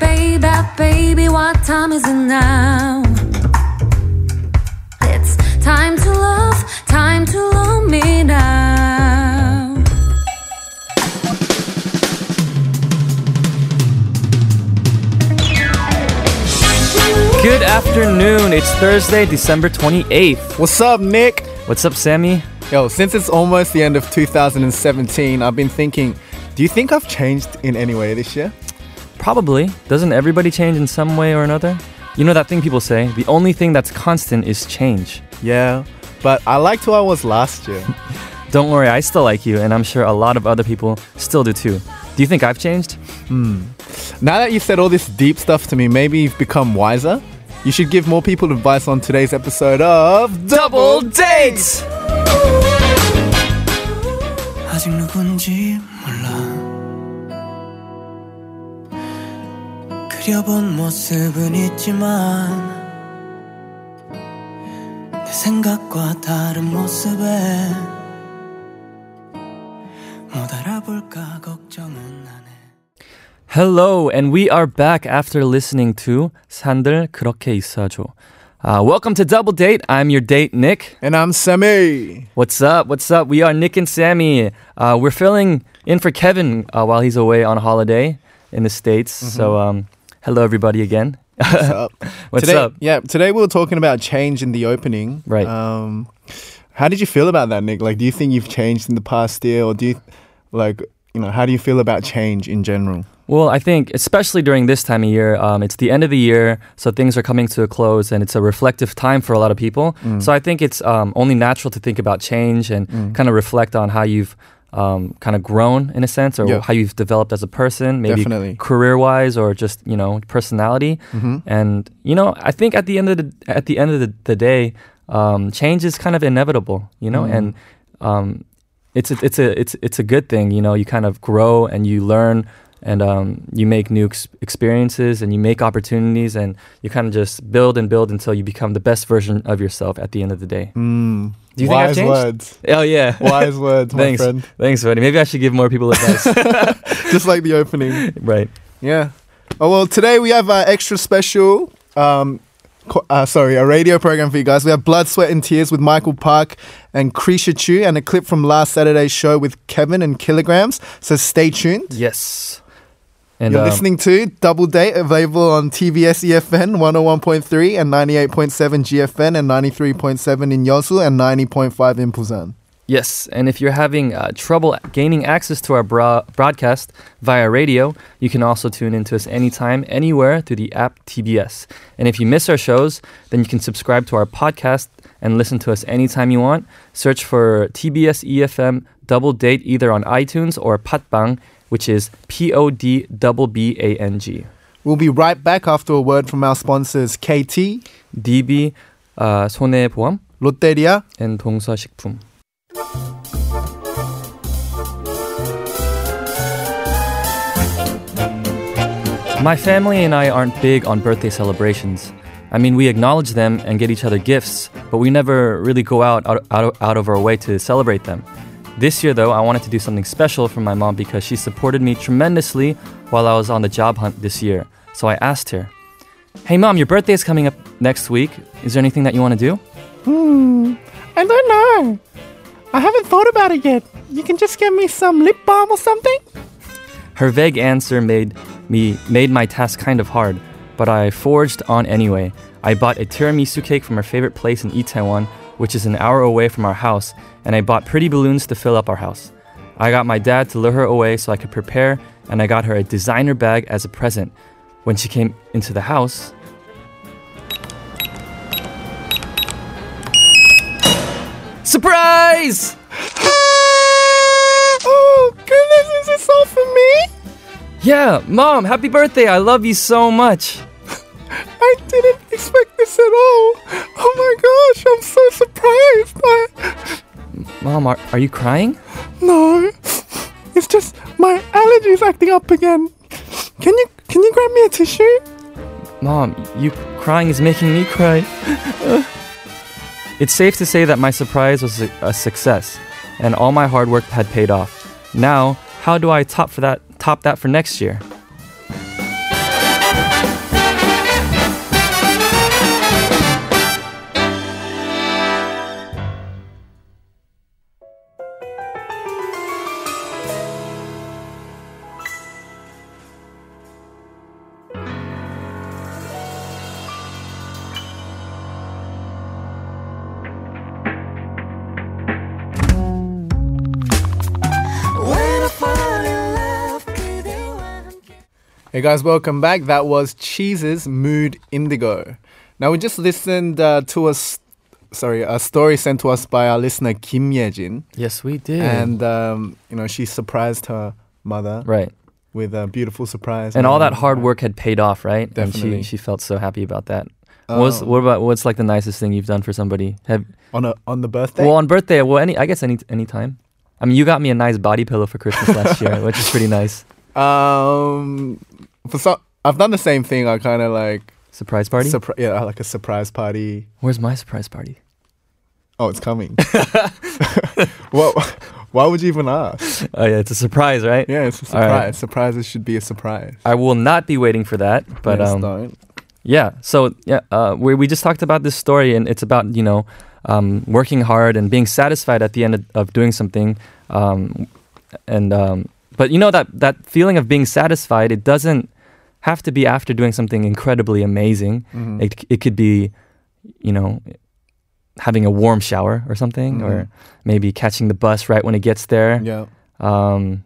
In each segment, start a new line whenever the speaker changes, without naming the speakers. baby, baby, what time is it now? It's time to love, time to love me now.
Good afternoon. It's Thursday, December 28th.
What's up, Nick?
What's up, Sammy?
Yo, since it's almost the end of 2017, I've been thinking, do you think I've changed in any way this year?
Probably. Doesn't everybody change in some way or another? You know that thing people say the only thing that's constant is change.
Yeah, but I liked who I was last year.
Don't worry, I still like you, and I'm sure a lot of other people still do too. Do you think I've changed?
now that you've said all this deep stuff to me, maybe you've become wiser? You should give more people advice on today's episode of Double Dates!
아직 누군지 몰라 그려본 모습은 있지만 내 생각과 다른 모습에 못 알아볼까 걱정은 안 해.
Hello, and we are back after listening to 산들 그렇게 있어줘. Uh, welcome to Double Date. I'm your date, Nick.
And I'm Sammy.
What's up? What's up? We are Nick and Sammy. Uh, we're filling in for Kevin uh, while he's away on holiday in the States. So, um, hello, everybody, again.
What's up?
What's
Uh, today,
up?
Yeah, today we were talking about change in the opening.
Right.
Um, how did you feel about that, Nick? Like, do you think you've changed in the past year, or do you, like, you know, how do you feel about change in general?
Well, I think, especially during this time of year, um, it's the end of the year, so things are coming to a close, and it's a reflective time for a lot of people.
Mm.
So I think it's um, only natural to think about change and kind of reflect on how you've um, kind of grown in a sense, or
Yeah.
how you've developed as a person, maybe
Definitely. Mm-hmm.
career-wise, or just you know personality. And you know, I think at the end of the at the end of the, the day, um, change is kind of inevitable. You know,
Mm.
and um, it's a, it's a it's it's a good thing you know you kind of grow and you learn and um, you make new ex- experiences and you make opportunities and you kind of just build and build until you become the best version of yourself at the end of the day
Mm.
do you
Wise
think i've changed
words.
oh yeah
Wise words, my
thanks
friend.
thanks buddy maybe i should give more people advice
Just like the opening.
right
Yeah. Oh well, today we have our extra special. Um, co- uh, sorry, a radio program for you guys. We have Blood, Sweat, and Tears with Michael Park and Krisha Chu, and a clip from last Saturday's show with Kevin and Kilograms. So stay tuned.
yes and
You're
um,
listening to Double Date, available on TBS EFN 101.3 and 98.7 GFN and 93.7 in Yeosu and 90.5 in Busan.
Yes, and if you're having uh, trouble gaining access to our bra- broadcast via radio, you can also tune in to us anytime, anywhere through the app TBS. And if you miss our shows, then you can subscribe to our podcast and listen to us anytime you want. Search for TBS EFM E Double Date either on iTunes or Patbang, which is P O D B B A N G.
We'll be right back after a word from our sponsors KT,
DB uh, 손해보험
Lotteria,
and 동서식품. My family and I aren't big on birthday celebrations. I mean, we acknowledge them and get each other gifts, but we never really go out out, out, out of our way to celebrate them. This year, though, I wanted to do something special for my mom because she supported me tremendously while I was on the job hunt this year. So I asked her, Hey, mom, your birthday is coming up next week. Is there anything that you want to do?
I don't know. I haven't thought about it yet. You can just get me some lip balm or something?
Her vague answer made me made my task kind of hard, but I forged on anyway. I bought a tiramisu cake from her favorite place in Itaewon, which is an hour away from our house, and I bought pretty balloons to fill up our house. I got my dad to lure her away so I could prepare, and I got her a designer bag as a present. When she came into the house, surprise!
Oh, goodness, is this all for me?
Yeah, mom, happy birthday! I love you so much.
I didn't expect this at all. Oh my gosh, I'm so surprised. I,
Mom, are, are you crying?
no, it's just my allergies acting up again. Can you can you grab me a tissue?
Mom, you crying is making me cry. it's safe to say that my surprise was a- a success, and all my hard work had paid off. Now, how do I top for that? Top that for next year?
When I fall in love, 그대와 함께.
Hey guys, welcome back. That was Cheese's Mood Indigo. Now we just listened uh, to a s- sorry a story sent to us by our listener Kim Yejin,
Yes, we did.
and um, you know she surprised her mother
right.
with a beautiful surprise,
And all that hard work had paid off, right?
Definitely.
And she, she felt so happy about that. What was, what about what's like the nicest thing you've done for somebody? Have
on a, on the birthday.
well on birthday? Well, any I guess any any time. I mean, you got me a nice body pillow for Christmas last year, which is pretty nice.
Um, for some, I've done the same thing. I kind of like
Surprise party.
surpri- yeah, like a surprise party.
Where's my surprise party?
Oh, it's coming. well, why would you even ask?
Oh yeah, it's a surprise, right?
Yeah, it's a
All
surprise.
right.
Surprises should be a surprise.
I will not be waiting for that, but
Yes,
um,
don't.
Yeah. So yeah, uh, we we just talked about this story, and it's about you know um, working hard and being satisfied at the end of, of doing something, um, and um, but you know that that feeling of being satisfied, it doesn't have to be after doing something incredibly amazing.
Mhm.
It it could be, you know. Having a warm shower or something, or maybe catching the bus right when it gets there
yeah.
um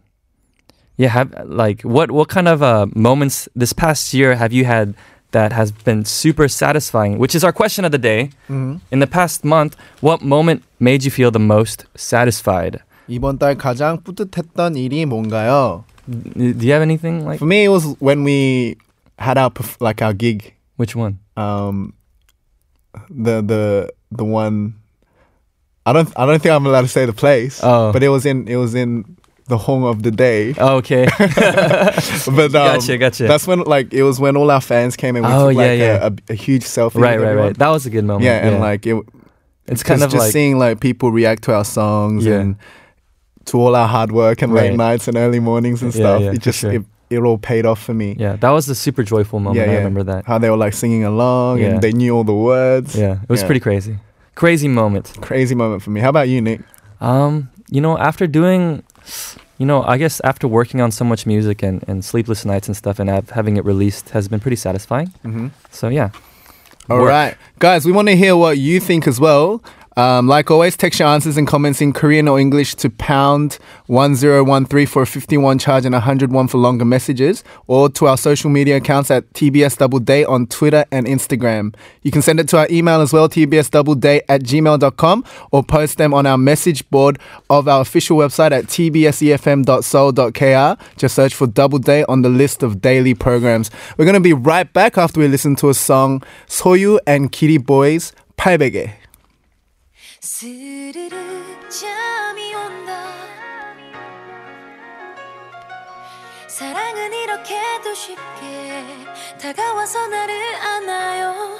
yeah have like what what kind of uh moments this past year have you had that has been super satisfying which is our question of the day
Mhm.
in the past month what moment made you feel the most satisfied
이번 달 가장 뿌듯했던 일이 뭔가요?
do you have anything like
For me, it was when we had our perf- like our gig,
which one
um, the the the one. I don't I don't think I'm allowed to say the place,
Oh.
but it was in it was in the home of the day.
okay
but Oh, um,
Gotcha, gotcha.
That's when like it was when all our fans came and we
Oh,
took
yeah,
like
yeah.
A, a, a huge selfie.
right right
with everyone.
right that was a good moment
Yeah, and like it,
it's kind of
just
like
seeing like people react to our songs
Yeah.
and to all our hard work and late
Right.
nights and early mornings and
Yeah,
stuff.
yeah,
it
for
just
sure.
it, it all paid off for me.
yeah that was the super joyful moment i remember that
How they were like singing along
Yeah.
and they knew all the words.
yeah it was
Yeah.
pretty crazy crazy moment
Crazy moment for me. How about you, Nick?
Um, you know, after doing, you know, I guess after working on so much music and, and sleepless nights and stuff and have, having it released has been pretty satisfying.
Mm-hmm.
So yeah,
All right,
Work.
guys, we want to hear what you think as well. Um, like always, text your answers and comments in Korean or English to pound 1013 for a 51 charge and 101 for longer messages, or to our social media accounts at TBS Double Day on Twitter and Instagram. You can send it to our email as well, tbsdoubleday at gmail.com, or post them on our message board of our official website at tbsefm.soul.kr. Just search for Double Day on the list of daily programs. We're going to be right back after we listen to a song, Soyu and Kitty Boys, 800에.
스르르 잠이 온다 사랑은 이렇게도 쉽게 다가와서 나를 안아요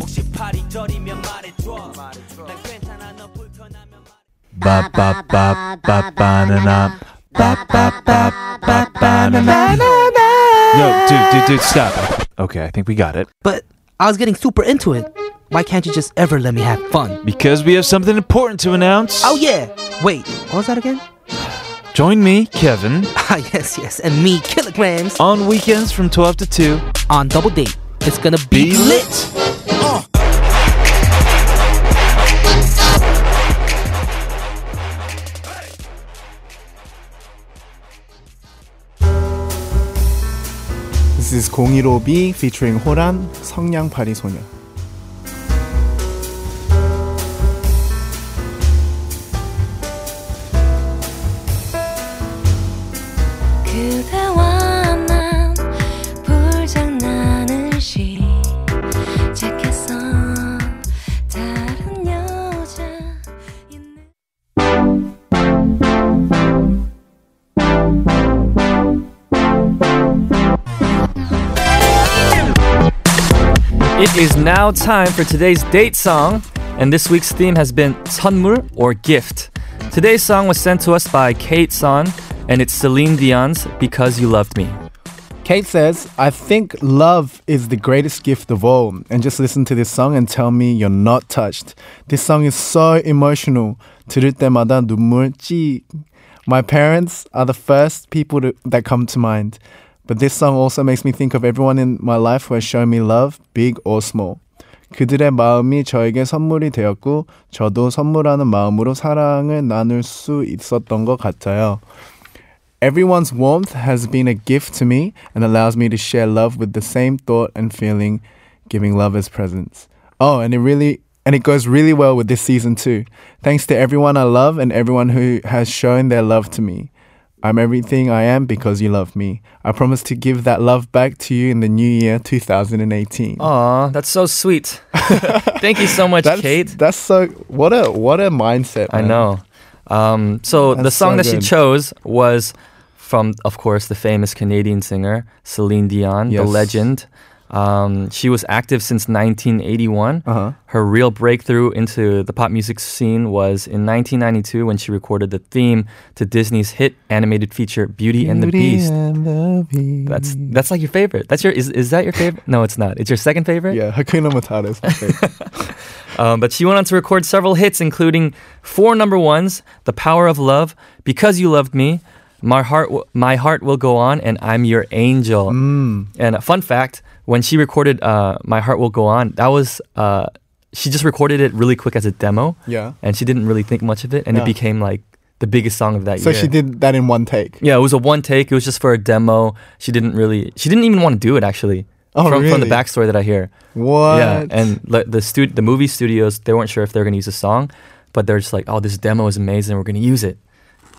혹시 팔이 저리면 말해줘 난 괜찮아 너 불편하면 말해
Ba-ba-ba-ba-banana. Ba-ba-ba-ba-banana. Yo, dude, dude, dude, stop. Okay, I think we got it.
But I was getting super into it. Why can't you just ever let me have fun?
Because we have something important to announce.
Oh yeah. Wait, what was that again?
Join me, Kevin,
Ah yes, yes, and me kilograms
on weekends from 12 to 2.
on double date. It's gonna be, lit.
This is 015B featuring 호란, 성냥팔이 소녀.
그대와 난 불장난을 시작했어 다른 여자 있는
it is now time for today's date song, and this week's theme has been 선물 or gift. Today's song was sent to us by Kate Son, and it's Celine Dion's "Because You Loved Me."
Kate says, I think love is the greatest gift of all. And just listen to this song and tell me you're not touched. This song is so emotional. 들을 때마다 눈물 찌. My parents are the first people to, that come to mind. But this song also makes me think of everyone in my life who has shown me love, big or small. 그들의 마음이 저에게 선물이 되었고, 저도 선물하는 마음으로 사랑을 나눌 수 있었던 것 같아요. Everyone's warmth has been a gift to me and allows me to share love with the same thought and feeling, giving love as presents. Oh, and it really and it goes really well with this season too. Thanks to everyone I love and everyone who has shown their love to me. I'm everything I am because you love me. I promise to give that love back to you in the new year 2018.
Aw, Oh, that's so sweet. Thank you so much,
that's,
Kate.
That's so what a what a mindset.
I
man.
know. Um, so the
That's
song
so
that she
good.
chose was from, of course, the famous Canadian singer Celine Dion, the
Yes.
legend. Um, she was active since 1981.
Uh-huh.
Her real breakthrough into the pop music scene was in 1992 when she recorded the theme to Disney's hit animated feature Beauty, and the
Beauty
Beast.
and the Beast.
That's that's like your favorite. That's your is is that your favorite? No, it's not. It's your second favorite.
yeah, Hakuna Matata is my favorite.
Um, but she went on to record several hits, including four number ones: "The Power of Love," "Because You Loved Me," "My Heart," Wi- "My Heart Will Go On," and "I'm Your Angel."
Mm.
And a fun fact: when she recorded uh, "My Heart Will Go On," that was uh, she just recorded it really quick as a demo,
yeah.
and she didn't really think much of it, and it
Yeah.
became like the biggest song of that
So
year.
she did that in one take.
Yeah, it was a one take. It was just for a demo. She didn't really. She didn't even want to do it actually.
Oh,
from, from the
really?
backstory that I hear.
What?
Yeah, and like the stu- the movie studios, they weren't sure if they were going to use the song, but they're just like, "Oh, this demo is amazing. We're going to use it."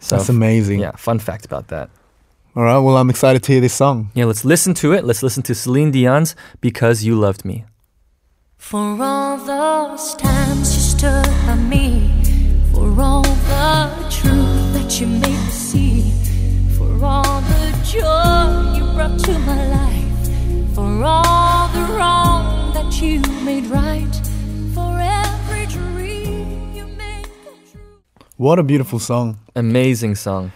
So
that's amazing.
Yeah, fun fact about that.
All right. Well, I'm excited to hear this song.
Yeah, let's listen to it. Let's listen to Celine Dion's "Because You Loved Me."
For all those times you stood by me, for all the truth that you made me see, for all the joy you brought to my life, for all the wrong that you made right, for every dream you made come true.
What a beautiful song.
Amazing song.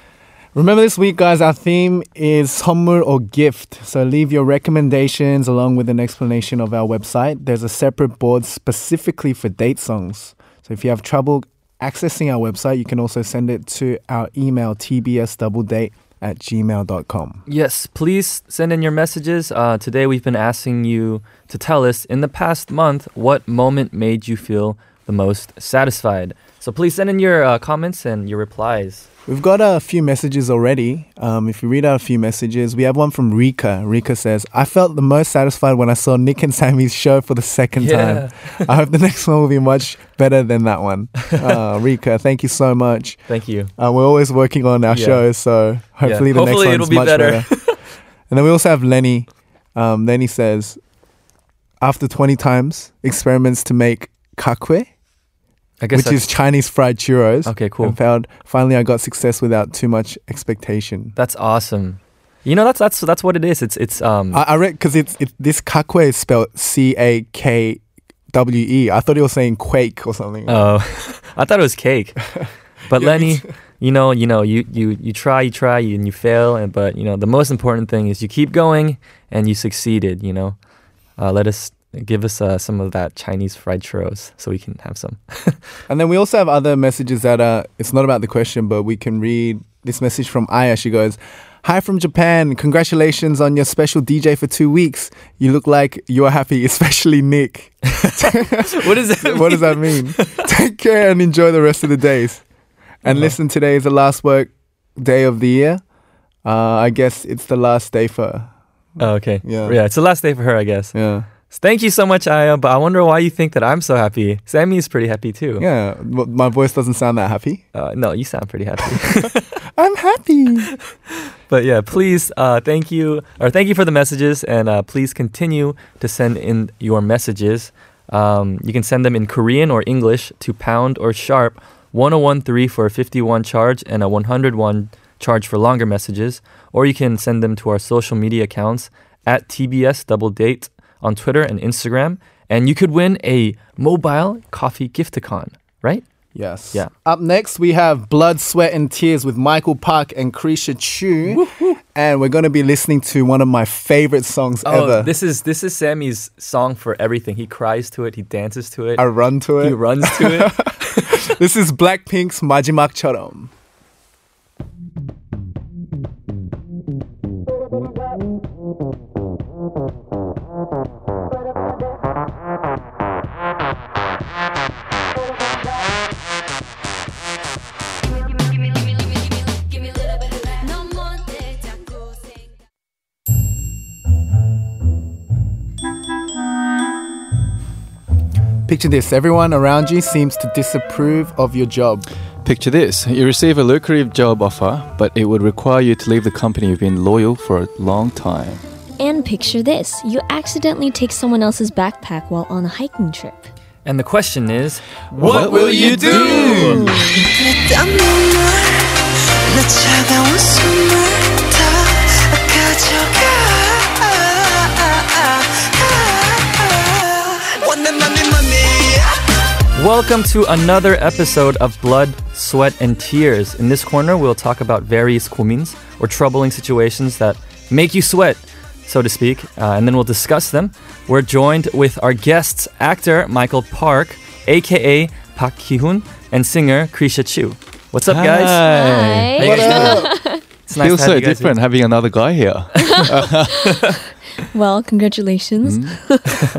Remember this week, guys, our theme is 선물 or gift. So leave your recommendations along with an explanation of our website. There's a separate board specifically for date songs. So if you have trouble accessing our website, you can also send it to our email tbsdoubledate at gmail.com.
Yes, please send in your messages. Uh, today we've been asking you to tell us in the past month what moment made you feel the most satisfied. So please send in your uh, comments and your replies.
We've got a few messages already. Um, if you read out a few messages, we have one from Rika. Rika says, I felt the most satisfied when I saw Nick and Sammy's show for the second
Yeah.
time. I hope the next one will be much better than that one. Uh, Rika, thank you so much.
Thank you.
Uh, we're always working on our
Yeah.
shows, so hopefully the
Hopefully it'll
next one's
be
much
better.
better. and then we also have Lenny. Um, Lenny says, after 20 times, experiments to make kakwe,
I guess
which
that's,
is Chinese fried churros.
Okay, cool.
And found, finally, I got success without too much expectation.
that's awesome. You know, that's that's that's what it is. It's it's um
I, I read because it's it, this kakwe is spelled C A K W E. I thought he was saying quake or something.
oh, I thought it was cake, but
Yeah,
Lenny,
it's-
you know, you know, you you you try, you try, you, and you fail, and but you know, the most important thing is you keep going and you succeeded. You know, uh, let us give us uh, some of that Chinese fried churros so we can have some.
And then we also have other messages that are, it's not about the question, but we can read this message from Aya. She goes, Hi from Japan. Congratulations on your special DJ for two weeks. You look like you're happy, especially Nick.
what is that?
what does that mean? Take care and enjoy the rest of the days. And listen, today is the last work day of the year. Uh, I guess it's the last day for,
Oh, okay,
Yeah.
yeah, yeah, it's the last day for her, I guess.
yeah.
Thank you so much, Aya. But I wonder why you think that I'm so happy. Sammy is pretty happy too.
Yeah, but my voice doesn't sound that happy.
Uh, no, you sound pretty happy.
I'm happy.
But yeah, please, uh, thank you, or thank you for the messages, and uh, please continue to send in your messages. Um, you can send them in Korean or English to pound or sharp 1013 for a 51 charge and a 101 charge for longer messages, or you can send them to our social media accounts at TBS Double Date on Twitter and Instagram, and you could win a mobile coffee gifticon, right?
Yes.
Yeah.
Up next, we have Blood, Sweat, and Tears with Michael Park and Krisha Chu. And we're going to be listening to one of my favorite songs ever.
Oh, this is this is Sammy's song for everything. He cries to it. He dances to it.
I run to
he
it.
runs to it.
this is Blackpink's Majimak Chorom. Picture this everyone around you seems to disapprove of your job.
Picture this you receive a lucrative job offer, but it would require you to leave the company you've been loyal for a long time.
And picture this you accidentally take someone else's backpack while on a hiking trip.
And the question is,
What will you do?
Welcome to another episode of Blood, Sweat, and Tears. In this corner, we'll talk about various kumins or troubling situations that make you sweat, so to speak, uh, and then we'll discuss them. We're joined with our guests, actor Michael Park, aka Park Ki-hoon, and singer Krisha Chu. What's up, guys?
Hi.
Hi.
Hey, guys. It's nice
Feels
to have
so
you guys
different
here.
having another guy here.
Well, congratulations.
Hmm?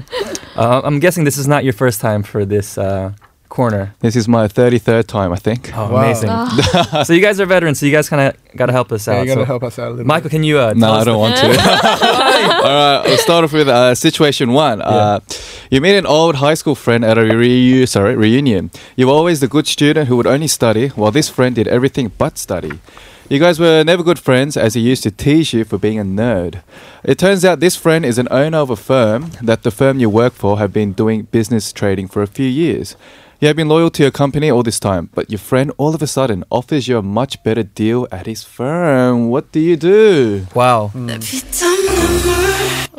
Uh, I'm guessing this is not your first time for this uh, corner.
this is my 33rd time, I think.
Oh,
Wow.
amazing. so you guys are veterans, so you guys kind of got to help us out.
Yeah, you gotta
So-
help us out a little
Michael, can you uh,
No,
tell us
I don't want to. All right, we'll start off with uh, situation one. Uh, you meet an old high school friend at a reu- sorry, reunion. You were always the good student who would only study, while this friend did everything but study. You guys were never good friends as he used to tease you for being a nerd. It turns out this friend is an owner of a firm that the firm you work for have been doing business trading for a few years. You have been loyal to your company all this time, but your friend all of a sudden offers you a much better deal at his firm. What do you do?
Wow.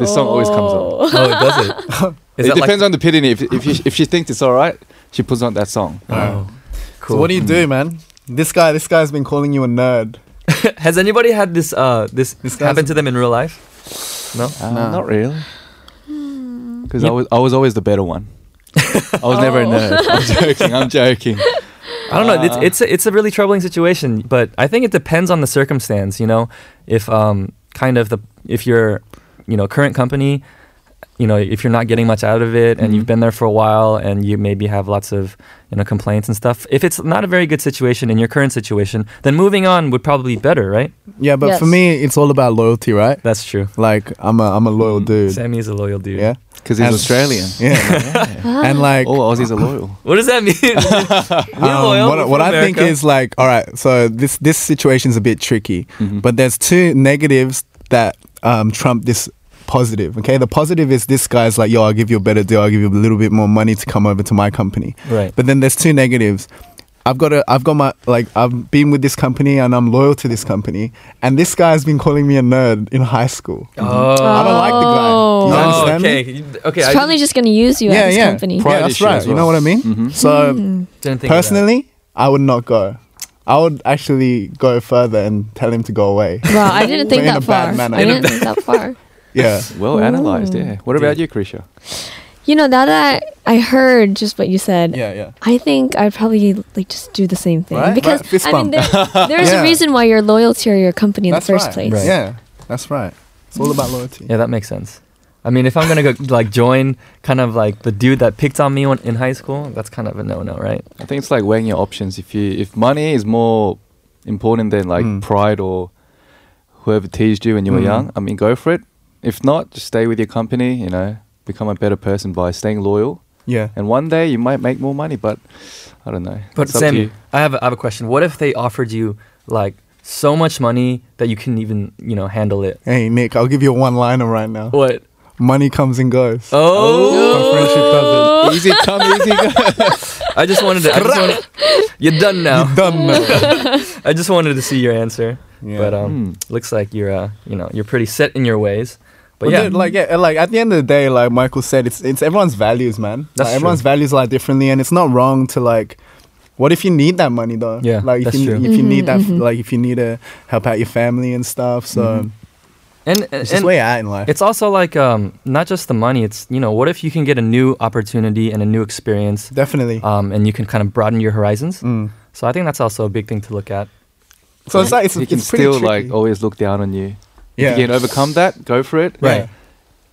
This song always comes on.
Oh, it does it? Is
it
that like-
depends on the pitting. If if, you, if she thinks it's all right, she puts on that song.
Oh,
So
cool.
what do you do, man? This guy, this guy's been calling you a nerd.
Has anybody had this uh this,
This guy's-
happen to them in real life? No.
Uh, Not really, because I was I was always the better one. I was never a nerd. I'm joking. I'm joking.
I don't know. It's
Uh.
it's a, it's a really troubling situation, but I think it depends on the circumstance. You know, if um kind of the if your you know current company, you know if you're not getting much out of it
Mm-hmm.
and you've been there for a while and you maybe have lots of you know complaints and stuff. If it's not a very good situation in your current situation, then moving on would probably be better, right?
Yeah, but for
Yes.
me, it's all about loyalty, right?
That's true.
Like I'm a I'm a loyal dude.
Sammy is a loyal dude.
Yeah,
Because he's
And-
Australian.
yeah. and like,
All Aussies are loyal.
What does that mean? We're
um,
loyal.
what,
We're
what
from
I think
America.
is like, all right, so this this situation's a bit tricky,
Mm-hmm.
but there's two negatives that um, trump this positive. Okay, the positive is this guy's like, yo, I'll give you a better deal, I'll give you a little bit more money to come over to my company.
Right.
But then there's two negatives. I've got a, I've got my like I've been with this company and I'm loyal to this company, and this guy's been calling me a nerd in high school.
Oh,
I don't like the guy. You
Oh.
oh
understand me?
okay. You- Okay,
He's
I
probably just going to use you at his company. Hmm.
Yeah,
Pride
that's
issue
right.
as
You know
well.
what I
Mm-hmm.
mean? So
didn't think of that.
personally, I would not go. I would actually go further and tell him to go away.
Wow, I didn't think
In a
that
bad
far.
manner.
I
In a
didn't think that far.
Yeah.
Well analyzed. Yeah. What about you, Krisha?
You know, now that I, I heard just what you said,
Yeah, yeah.
I think I'd probably like just do the same thing
Right?
because
Right, fist
I mean,
bump.
there, there's
Yeah.
a reason why you're loyal to your company in
That's
the first
right.
place.
Right.
Yeah, that's right. It's all about loyalty.
Yeah, that makes sense. I mean, if I'm gonna go like join kind of like the dude that picked on me when, in high school, that's kind of a no-no, right?
I think it's like weighing your options. If you if money is more important than like pride or whoever teased you when you were young, I mean, go for it. If not, just stay with your company. You know, become a better person by staying loyal.
Yeah.
And one day you might make more money, but I don't know.
But
It's up to
Sammy,
you.
I have a, I have a question. What if they offered you like so much money that you couldn't even you know handle it?
Hey Nick, I'll give you a one-liner right now.
What?
Money comes and goes.
Oh,
But friendship doesn't.
easy come, easy go.
I just wanted to. I just wanted, you're done now.
Done. now.
I just wanted to see your answer.
Yeah.
But um, looks like you're uh, you know, you're pretty set in your ways. But
But
yeah,
dude, like yeah, and, like at the end of the day, like Michael said, it's it's everyone's values, man.
That's
Like, everyone's values lie differently, and it's not wrong to like What if you need that money though?
Yeah,
like if
that's
you,
true.
if you need
Mm-hmm,
that, like if you need to help out your family and stuff. So
And,
Mm-hmm. it's
and,
just where you're at in life.
It's also like um, not just the money. It's you know, what if you can get a new opportunity and a new experience,
Definitely.
um, and you can kind of broaden your horizons.
Mm.
So I think that's also a big thing to look at.
so it's like it's,
you
it's
can
pretty
still like
tricky.
always look down on you.
Yeah.
If you can overcome that, go for it.
Right.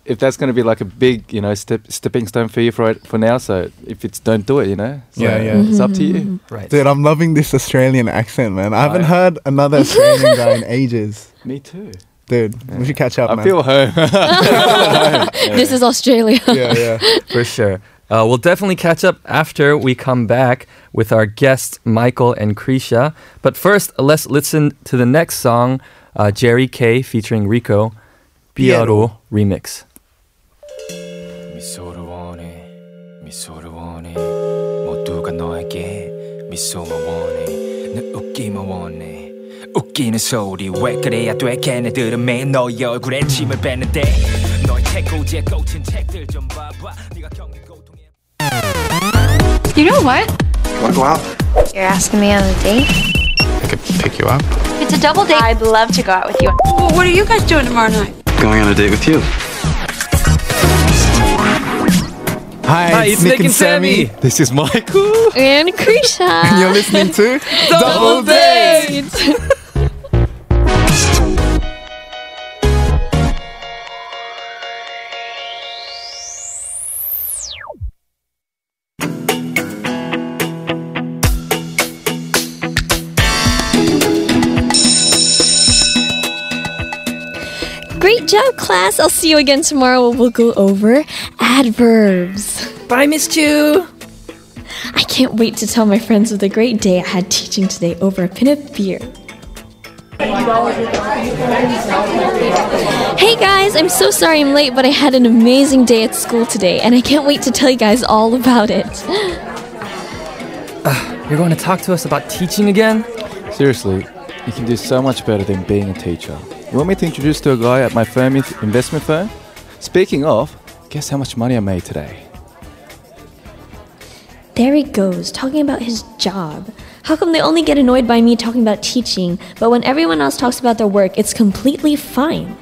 If that's going to be like a big, you know, step, stepping stone for you for it for now, so if it's don't do it, you know. So
Yeah, yeah.
It's up to you.
Right.
Dude, I'm loving this Australian accent, man. I haven't
yeah.
heard another Australian guy in ages.
Me too.
Dude, we should catch up,
I
man.
feel home.
This is Australia.
yeah, yeah.
for sure. Uh, we'll definitely catch up after we come back with our guests Michael and Krisha. But first, let's listen to the next song, uh, Jerry K featuring Rico, Piero remix.
미소를 원해 미소를 원해 모두가 너에게 미소만 원해 늘 웃기만 원해 웃기는 소리 왜 그래야 돼 걔네들은 매일 너의 얼굴에 침을 뱉는데 너의 책꽂이에 꽂힌 책들 좀 봐봐 네가 겪는 고통에
You know what? Wanna go out? You're asking me on a date? I could pick you up. It's a double date. I'd love to go out with you. Well, what are you guys doing tomorrow night?
Hi, it's Nick, and Sammy.
this is Michael.
And Krisha.
And you're listening to
Double Date!
Great job, class. I'll see you again tomorrow. We'll go over adverbs.
Bye, Miss Chu.
I can't wait to tell my friends of the great day I had teaching today over a pint of beer. Hey guys, I'm so sorry I'm late, but I had an amazing day at school today, and I can't wait to tell you guys all about it.
You're going to talk to us about teaching again?
Seriously, you can do so much better than being a teacher. You want me to introduce to a guy at my firm in- investment firm? Speaking of, guess how much money I made today?
There he goes, talking about his job. How come they only get annoyed by me talking about teaching, but when everyone else talks about their work, it's completely fine?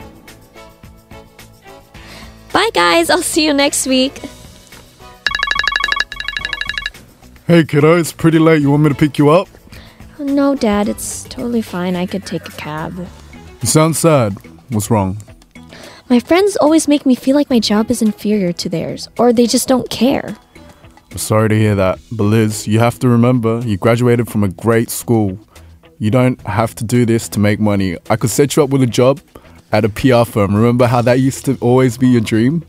Bye, guys. I'll see you next week.
Hey kiddo, it's pretty late. You want me to pick you up?
No, Dad, it's totally fine. I could take a cab.
You sound sad. What's wrong?
My friends always make me feel like my job is inferior to theirs, or they just don't care.
I'm sorry to hear that. But Liz, you have to remember you graduated from a great school. You don't have to do this to make money. I could set you up with a job at a PR firm. Remember how that used to always be your dream?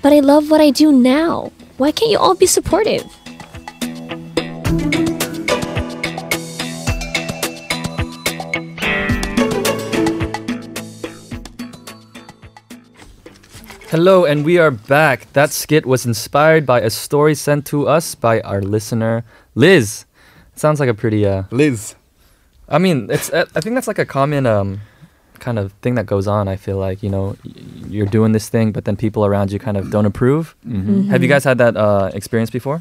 But I love what I do now. Why can't you all be supportive?
Hello, and we are back. That skit was inspired by a story sent to us by our listener, Liz. Sounds like a pretty, uh,
Liz.
I mean, it's. uh, I I think that's like a common um, kind of thing that goes on. I feel like you know, y- you're doing this thing, but then people around you kind of don't approve. Have you guys had that uh, experience before?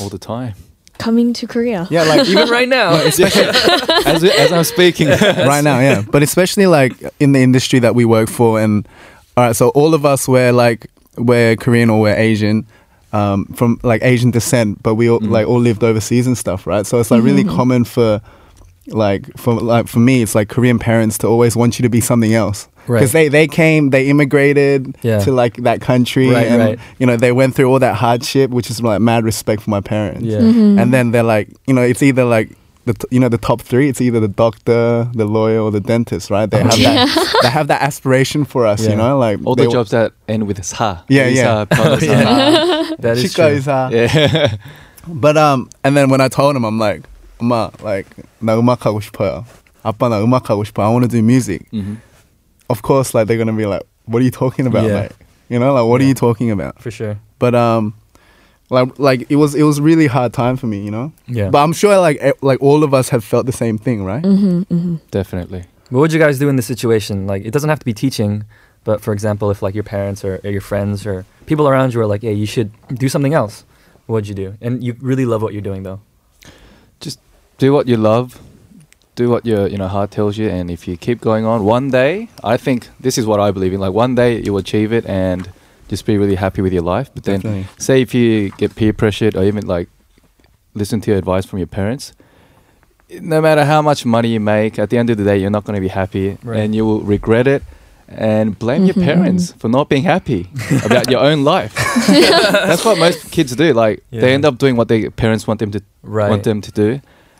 All the time.
Coming to Korea.
Yeah, like even
Even right now,
as, we- as I'm speaking,
right now, yeah. But especially like in the industry that we work for, and all right, so all of us we're like we're Korean or we're Asian, um, from like Asian descent, but we all
Mm.
like all lived overseas and stuff, right? So it's like really common for like for like for me, it's like Korean parents to always want you to be something else.
Right.
Because they, they came, they immigrated
Yeah.
to like that country,
Right,
and
right.
you know they went through all that hardship, which is like mad respect for my parents
yeah,
and then they're like you know it's either like the t- you know the top three it's either the doctor the lawyer or the dentist right they have that they have that aspiration for us you
Yeah.
know like
all
they,
the jobs that end with sa.
Yeah,
These
yeah.
are part of sa.
that is
Chico
true.
is, uh,
yeah.
but um and then when I told him I'm like 엄마 like 나 음악하고 싶어요 아빠 나 음악하고 싶어 I want to do music
Mm-hmm.
of course like they're gonna be like what are you talking about
Yeah.
like you know like what are you talking about
for sure.
but um like like it was it was really hard time for me you know
Yeah.
but I'm sure like e- like all of us have felt the same thing right
Definitely.
What would you guys do in this situation? Like, it doesn't have to be teaching, but for example, if like your parents or, or your friends or people around you are like, "Hey, you should do something else," what would you do? And you really love what you're doing, though.
do what you love, do what your you know heart tells you, and if you keep going on, one day I think this is what I believe in. Like one day you'll achieve it and just be really happy with your life. But then,
Definitely.
say if you get peer pressured or even like listen to your advice from your parents. No matter how much money you make, at the end of the day, you're not going to be happy,
Right.
and you will regret it, and blame your parents for not being happy about your own life. That's what most kids do. Like they
Yeah.
end up doing what their parents want them to
Right.
want them to do,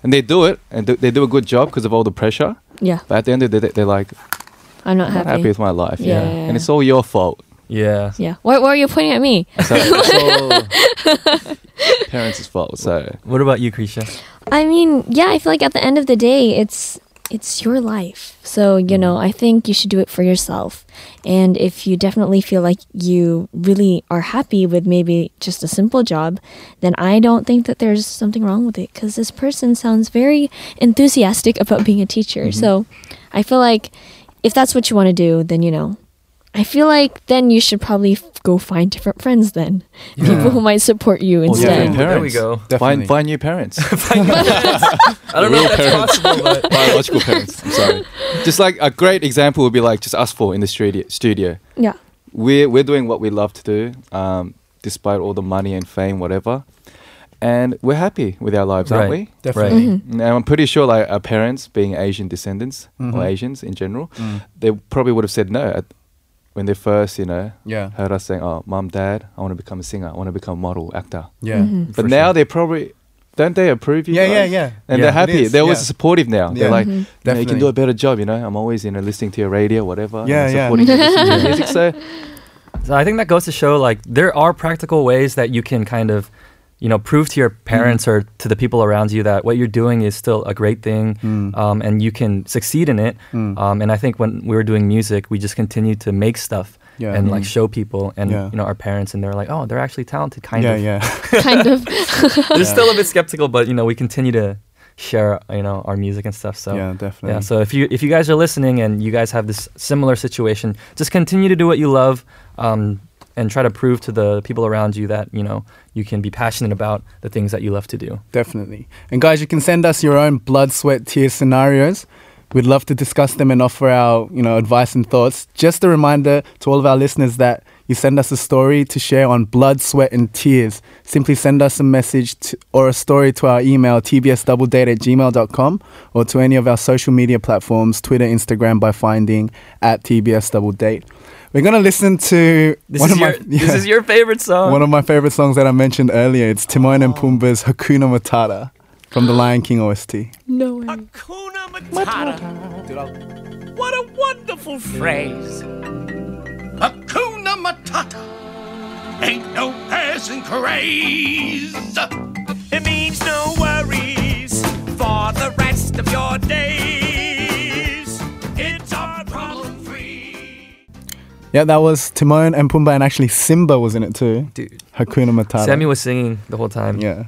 and they do it, and do, they do a good job because of all the pressure.
Yeah,
But at the end of the day, they're like,
I'm
"I'm not
not happy.
happy with my life,"
Yeah.
and it's all your fault.
Yeah.
yeah. Why, why are you pointing at me?
So
So-
parents' fault. So
what about you, Krisha?
I mean, yeah, I feel like at the end of the day, it's it's your life. So, you know, I think you should do it for yourself. And if you definitely feel like you really are happy with maybe just a simple job, then I don't think that there's something wrong with it cuz this person sounds very enthusiastic about being a teacher. So, I feel like if that's what you want to do, then you know, I feel like then you should probably f- go find different friends then. People who might support
Or
you instead.
different
Yeah, there we
parents.
go.
Definitely.
Find find new parents.
I don't know if that's possible, but
biological parents. I'm sorry. Just like a great example would be like just us four in the studio. Studio,
Yeah.
we're we're doing what we love to do, um, despite all the money and fame, whatever, and we're happy with our lives, aren't
Right.
we?
Definitely.
And Mm. I'm pretty sure like our parents, being Asian descendants
Mm-hmm.
or Asians in general,
Mm.
they probably would have said no at, when they first, you know,
Yeah.
heard us saying, "Oh, mom, dad, I want to become a singer. I want to become a model, actor."
Yeah.
But now they probably don't they approve you?
Yeah, yeah,
guys?
yeah.
And
Yeah.
they're
It
happy.
is,
They're always
yeah.
supportive now. They're
Yeah.
like,
Mm-hmm.
you, know, you can do
Definitely.
a better job. You know, I'm always you know listening to your radio, whatever.
Yeah,
and
yeah.
Supporting you listening to your music. So
So I think that goes to show like there are practical ways that you can kind of you know prove to your parents
Mm.
or to the people around you that what you're doing is still a great thing
Mm.
um, and you can succeed in it um, and i think when we were doing music we just continued to make stuff
Yeah. Mm.
and like show people and
Yeah.
you know our parents and they're like oh they're actually talented kind
Yeah,
of
yeah.
Kind of.
they're still a bit skeptical but you know we continue to share you know our music and stuff so
Yeah, definitely.
yeah, so if you if you guys are listening and you guys have this similar situation, just continue to do what you love, um, and try to prove to the people around you that you know you can be passionate about the things that you love to do.
Definitely. And guys, you can send us your own blood, sweat, tears scenarios. We'd love to discuss them and offer our, you know, advice and thoughts. Just a reminder to all of our listeners that you send us a story to share on blood, sweat, and tears. Simply send us a message to, or a story to our email, tbsdoubledate at gmail.com or to any of our social media platforms, Twitter, Instagram, by finding at tbsdoubledate. We're going to listen to
This
one
is
of
your
my... yeah,
this is your favorite song.
one of my favorite songs that I mentioned earlier. It's Timon and Pumbaa's Hakuna Matata from the Lion King OST.
no way.
Hakuna Matata. What a wonderful phrase. Hakuna Matata. Ain't no passing craze. It means no worries for the rest of your days. It's our problem free.
Yeah, that was Timon and Pumbaa, and actually Simba was in it too.
Dude.
Hakuna Matata.
Sammy was singing the whole time.
Yeah.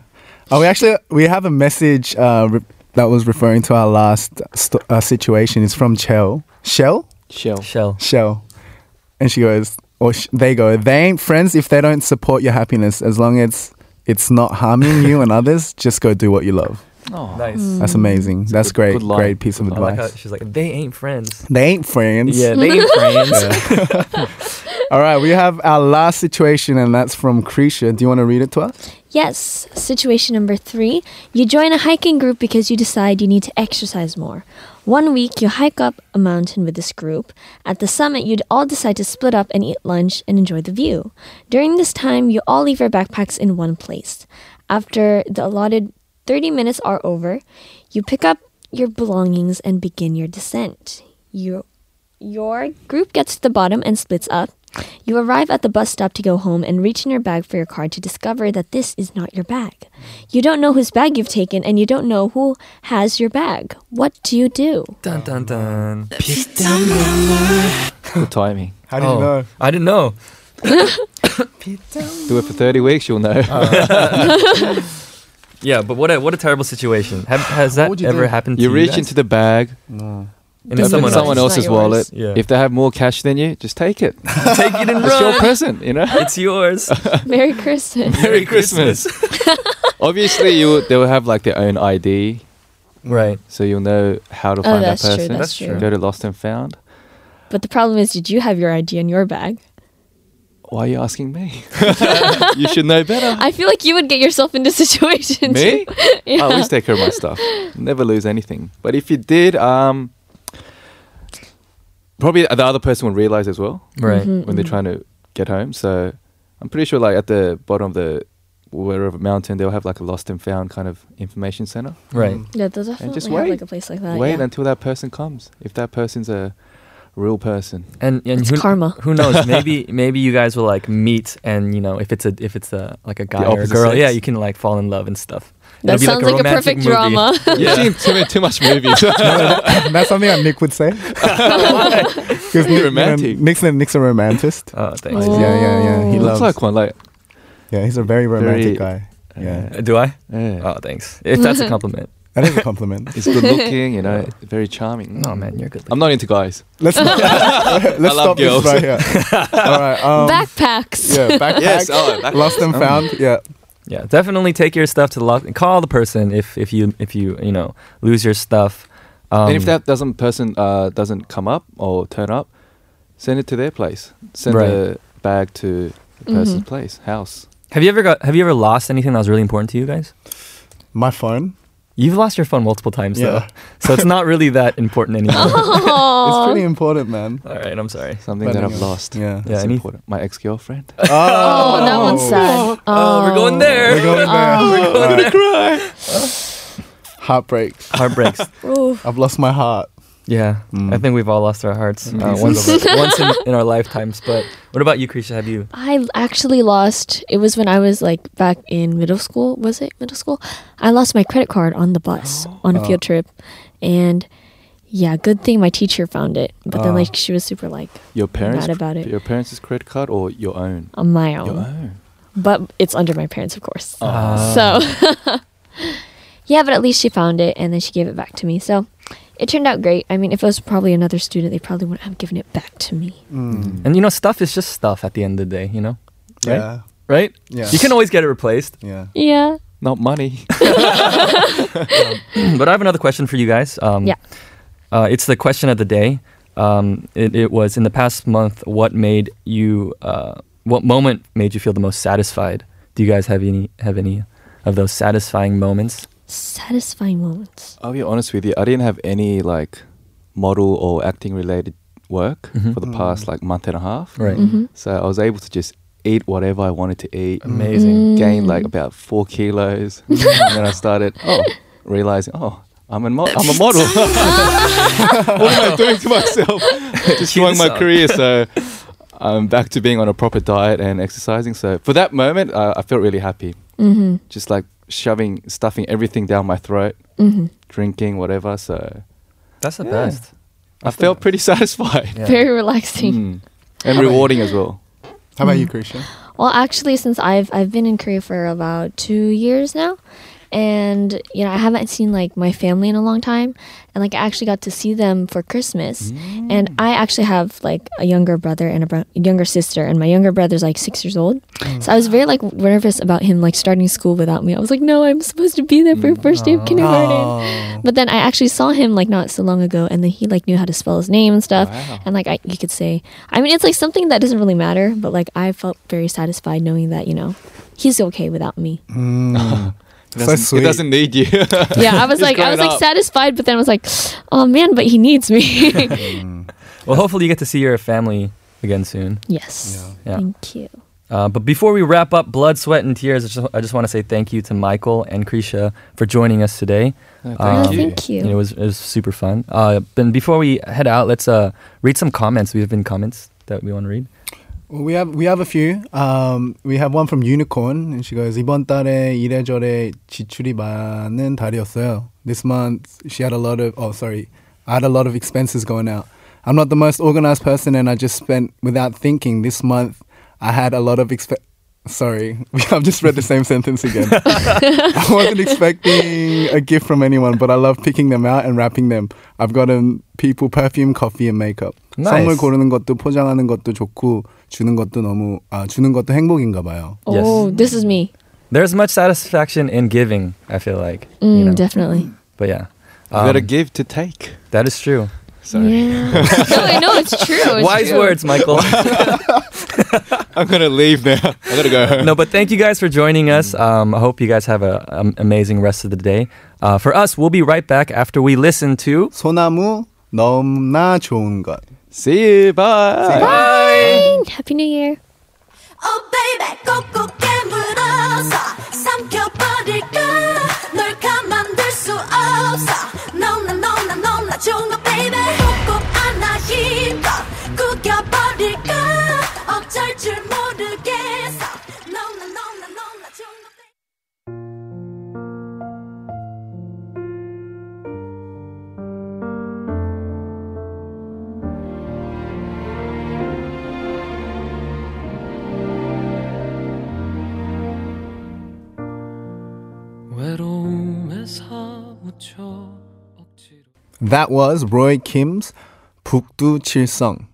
Oh, we actually we have a message uh, re- that was referring to our last st- uh, situation. It's from Chell. Shell.
shell.
Shell.
Shell. And she goes, or sh- they go, they ain't friends if they don't support your happiness. As long as it's not harming you and others, just go do what you love.
Nice.
That's amazing. That's
good-
great.
good line.
great piece of
I like
advice.
how she's like they ain't friends.
They ain't friends.
Yeah, they ain't friends.
All right, we have our last situation, and that's from Krisha. Do you want to read it to us?
Yes, situation number three. You join a hiking group because you decide you need to exercise more. One week, you hike up a mountain with this group. At the summit, you'd all decide to split up and eat lunch and enjoy the view. During this time, you all leave your backpacks in one place. After the allotted 30 minutes are over, you pick up your belongings and begin your descent. You your group gets to the bottom and splits up. You arrive at the bus stop to go home and reach in your bag for your card to discover that this is not your bag. You don't know whose bag you've taken and you don't know who has your bag. What do you do?
dun dun dun.
Good timing.
How
oh, I didn't know.
Do it for 30 weeks, you'll know.
Yeah, but what a what a terrible situation. Have, has that
would you
ever
do?
happened to
you
you?
reach
guys?
into the bag,
and it's
the-
someone,
someone, someone
else.
else's
It's not
wallet.
yours. Yeah.
If they have more cash than you, just take it.
Take it and
It's your
run.
present, you know.
It's yours.
Merry Christmas.
Merry Christmas. Obviously, you they will have like their own ID
Right.
so you'll know how to
Oh,
find
that's
that
true,
person.
that's true.
Go to Lost and Found.
But the problem is, did you have your ID in your bag?
Why are you asking me? you should know better.
I feel like you would get yourself into situations.
Me?
yeah.
I always take care of my stuff. Never lose anything. But if you did, um, probably the other person would realize as well
Right.
when they're trying to get home. So I'm pretty sure, like at the bottom of the wherever mountain, they'll have like a lost and found kind of information center.
Mm-hmm.
Right.
Yeah, they'll definitely
just
have
wait.
like a place like that.
Wait
yeah.
until that person comes. If that person's a real person,
And and
It's
who,
karma.
who knows? Maybe maybe you guys will like meet, and you know if it's a if it's a like a guy or a
opposite
girl,
sex.
yeah, you can like fall in love and stuff.
That
It'll
sounds like a
romantic
perfect
movie.
drama.
yeah. you've seen too, too much movies.
That's something that Nick would say. Because Nick,
Romantic.
Nick's, Nick's a romanticist.
Oh, thanks.
Yeah, yeah, yeah. He
Oh.
looks
loves.
like one. Like
yeah, he's a very romantic
Very-
guy. Yeah,
Uh, Do I?
yeah.
Oh, thanks. If that's a compliment.
that is a compliment.
He's good looking, you know, very charming.
No, man, you're good.
I'm not into guys.
Let's not, let's
love
stop
girls.
this right here. All right. Um,
Backpacks.
Yeah, backpack.
Yes, oh, backpack.
Lost and found. Yeah.
Yeah, definitely take your stuff to the lock. Call the person if if you if you you know lose your stuff. Um,
and if that doesn't person uh, doesn't come up or turn up, send it to their place. Send
Right.
the bag to the person's
Mm-hmm.
place, house.
have you ever got have you ever lost anything that was really important to you guys?
My phone.
You've lost your phone multiple times
Yeah.
though, so it's not really that important anymore.
It's
Aw.
pretty important, man.
All right, I'm sorry.
Something that
Nothing
I've
else.
lost.
Yeah.
Yeah,
That's
any-
important. My ex girlfriend.
oh, that one's sad. Oh,
Oh, we're going there.
We're going there. We're going to cry. Heartbreak.
Heartbreaks.
Oof.
I've lost my heart.
Yeah, I think we've all lost our hearts uh, once, once in, in our lifetimes. But what about you, Krisha? Have you?
I actually lost. It was when I was like back in middle school. Was it middle school? I lost my credit card on the bus on a field trip, and yeah, good thing my teacher found it. But then like she was super like
Your parents.
Mad about it.
Your parents' credit card or your own. Oh.
on my own.
Your own.
but it's under my parents, of course.
Oh. uh,
So, yeah, but at least she found it and then she gave it back to me. So, it turned out great. I mean, if it was probably another student, they probably wouldn't have given it back to me.
And you know, stuff is just stuff at the end of the day. You know, Right?
Yeah.
right?
Yeah.
You can always get it replaced.
Yeah.
Yeah.
Not money.
but I have another question for you guys. Um,
Yeah.
Uh, it's the question of the day. Um, it, it was in the past month. What made you? Uh, what moment made you feel the most satisfied? Do you guys have any have any of those satisfying moments?
Satisfying moments.
I'll be honest with you. I didn't have any like model or acting related work for the past like month and a half.
Mm-hmm. Right.
So I was able to just eat whatever I wanted to eat.
Amazing.
Gained like about four kilos, and then I started oh realizing oh I'm a mo- I'm a model. what am I doing to myself? Destroying my
Yourself.
career. So I'm back to being on a proper diet and exercising. So for that moment, I, I felt really happy. Mm-hmm. Just like shoving, stuffing everything down my throat, drinking whatever. So
That's the
Yeah.
best.
I felt pretty satisfied
Yeah.
Very relaxing.
Mm. and rewarding as well.
How about you, Christian?
Well, actually, since I've I've been in Korea for about two years now, and you know I haven't seen like my family in a long time, and like I actually got to see them for Christmas, and I actually have like a younger brother and a bro- younger sister, and my younger brother's like six years old, so I was very like nervous about him like starting school without me. I was like, no, I'm supposed to be there for
Mm.
first day of kindergarten, but then I actually saw him like not so long ago, and then he like knew how to spell his name and stuff, and like I, you could say, I mean, it's like something that doesn't really matter, but like I felt very satisfied knowing that you know he's okay without me.
It doesn't,
Mm. sweet.
It doesn't need you.
Yeah, I
He's
was like, I
grown
was
up.
like satisfied, but then I was like, oh man, but he needs me.
Well, hopefully you get to see your family again soon.
yes,
Yeah.
thank you.
Uh, but before we wrap up Blood, Sweat, and Tears, I just, I just want to say thank you to Michael and Krisha for joining us today. Um,
Oh,
Thank you.
thank you.
It was it was super fun. Uh, and before we head out, let's uh, read some comments. We have been comments that we want to read.
Well, we have we have a few. Um, we have one from Unicorn, and she goes 이번 달에 이래저래 지출이 많은 달이었어요. This month she had a lot of oh sorry, I had a lot of expenses going out. I'm not the most organized person, and I just spent without thinking. This month I had a lot of exp. Sorry, I've just read the same sentence again. I wasn't expecting a gift from anyone, but I love picking them out and wrapping them. I've gotten people perfume, coffee, and makeup.
Nice.
선물 고르는 것도 포장하는 것도 좋고 주는 것도 너무 아 주는 것도 행복인가 봐요.
Yes.
Oh, this is me.
There's much satisfaction in giving. I feel like
Mm,
you know.
Definitely.
But yeah,
you gotta
Um,
give to take.
That is true.
Sorry.
no, I know it's true. It's
Wise
true.
words, Michael.
I'm gonna leave now. I gotta go home.
no, but thank you guys for joining us. Um, I hope you guys have an amazing rest of the day. Uh, for us, we'll be right back after we listen to.
소나무 너무나 좋은 것.
See you. Bye.
Fine. Happy New Year.
Oh baby 꼭꼭 깨물어서 삼켜버릴까 널 가만둘 수 없어 너무나 너무나 너무나 좋은 거 baby 꼭꼭 안아 힘껏 구겨버릴까 어쩔 줄 모르겠어 너무나 너무나 너무나 좋은 거 baby
외로움에 사무쳐 억지로
That was Roy Kim's 북두 칠성.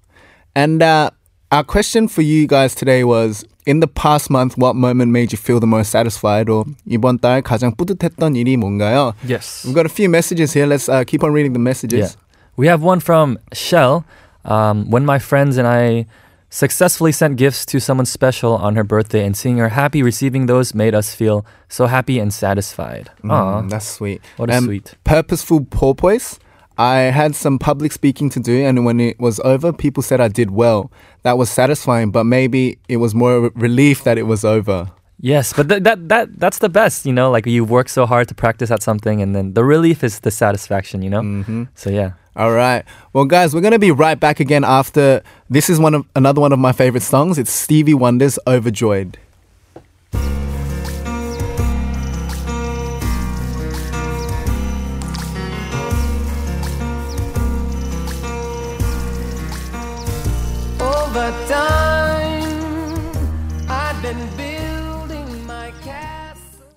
And uh, our question for you guys today was in the past month what moment made you feel the most satisfied or 이번 달 가장 뿌듯했던 일이 뭔가요?
Yes.
We've got a few messages here. Let's uh, keep on reading the messages.
We have one from Shell. Um, when my friends and I successfully sent gifts to someone special on her birthday, and seeing her happy receiving those made us feel so happy and satisfied. Aw.
Mm, that's sweet.
What a sweet.
Purposeful porpoise. I had some public speaking to do, and when it was over, people said I did well. That was satisfying, but maybe it was more re- relief that it was over.
Yes, but th- that that that's the best, you know. Like you work so hard to practice at something, and then the relief is the satisfaction, you know. Mm-hmm. So yeah,
All right. Well, guys, we're going to be right back again after this is one of another one of my favorite songs. It's Stevie Wonder's Overjoyed.
Over time, I've been building my castle.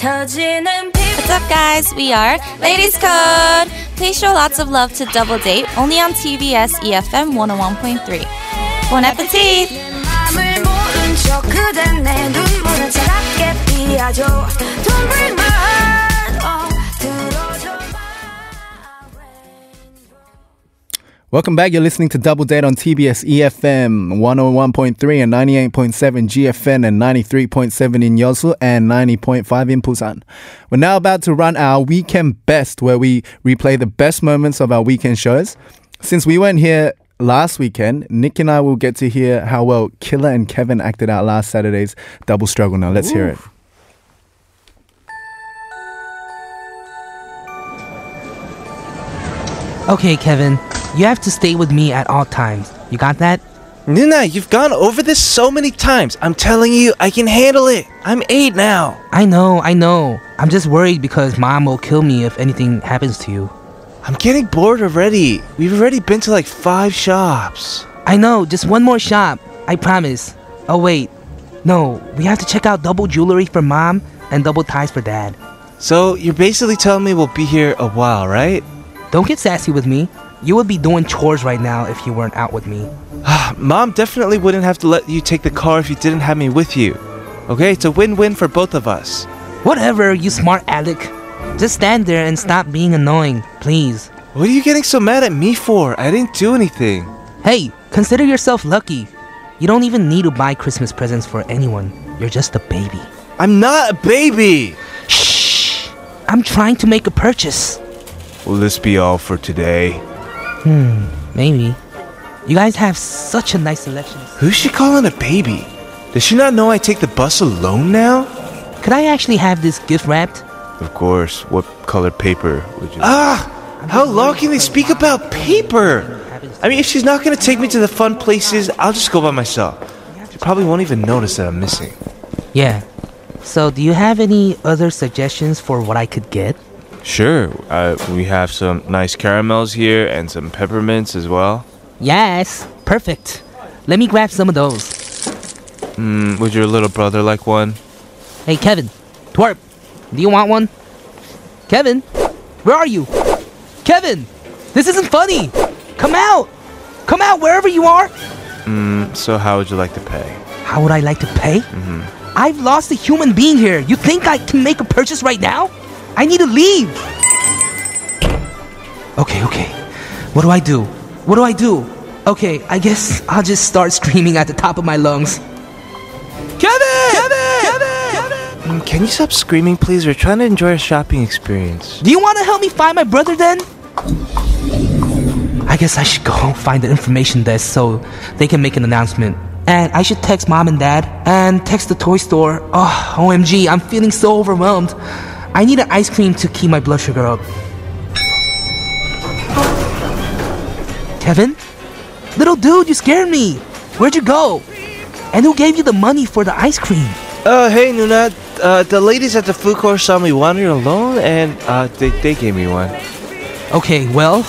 What's up, guys? We are Ladies Code. Please show lots of love to Double Date only on TBS EFM 101.3. Bon appetit!
어,
Welcome back. You're listening to Double Date on TBS EFM 101.3 and 98.7 GFN and 93.7 in Yosu and 90.5 in Busan. We're now about to run our weekend best where we replay the best moments of our weekend shows. Since we weren't here last weekend, Nick and I will get to hear how well Killer and Kevin acted out last Saturday's double struggle. Now let's hear it.
Okay, Kevin, you have to stay with me at all times. You got that?
Nina, you've gone over this so many times. I'm telling you, I can handle it. I'm eight now.
I know, I know. I'm just worried because mom will kill me if anything happens to you.
I'm getting bored already. We've already been to like five shops.
I know, just one more shop. I promise. Oh, wait. No, we have to check out double jewelry for mom and double ties for dad.
So you're basically telling me we'll be here a while, right?
Don't get sassy with me. You would be doing chores right now if you weren't out with me.
Mom definitely wouldn't have to let you take the car if you didn't have me with you. Okay, it's a win win for both of us.
Whatever, you smart Alec. Just stand there and stop being annoying, please.
What are you getting so mad at me for? I didn't do anything.
Hey, consider yourself lucky. You don't even need to buy Christmas presents for anyone. You're just a baby.
I'm not a baby!
Shh! I'm trying to make a purchase.
Will this be all for today?
Hmm, maybe. You guys have such a nice selection.
Who's she calling a baby? Does she not know I take the bus alone now?
Could I actually have this gift wrapped?
Of course. What color paper would you? Ah! How long can they speak about paper? I mean, if she's not gonna take me to the fun places, I'll just go by myself. She probably won't even notice that I'm missing.
Yeah. So, do you have any other suggestions for what I could get?
Sure. Uh, we have some nice caramels here and some peppermints as well.
Yes, perfect. Let me grab some of those.
Mm, would your little brother like one?
Hey, Kevin, twerp, do you want one? Kevin, where are you? Kevin, this isn't funny. Come out. Come out wherever you are.
Mm, so how would you like to pay?
How would I like to pay?
hmm
I've lost a human being here. You think I can make a purchase right now? I need to leave. Okay, okay. What do I do? What do I do? Okay, I guess I'll just start screaming at the top of my lungs. Kevin!
Mm, can you stop screaming, please? We're trying to enjoy our shopping experience.
Do you want to help me find my brother then? I guess I should go find the information desk so they can make an announcement. And I should text mom and dad and text the toy store. Oh, OMG, I'm feeling so overwhelmed. I need an ice cream to keep my blood sugar up. Kevin? Little dude, you scared me. Where'd you go? And who gave you the money for the ice cream?
Uh, hey, Nuna. Uh, the ladies at the food court saw me wandering alone, and uh, they, they gave me one.
Okay, well,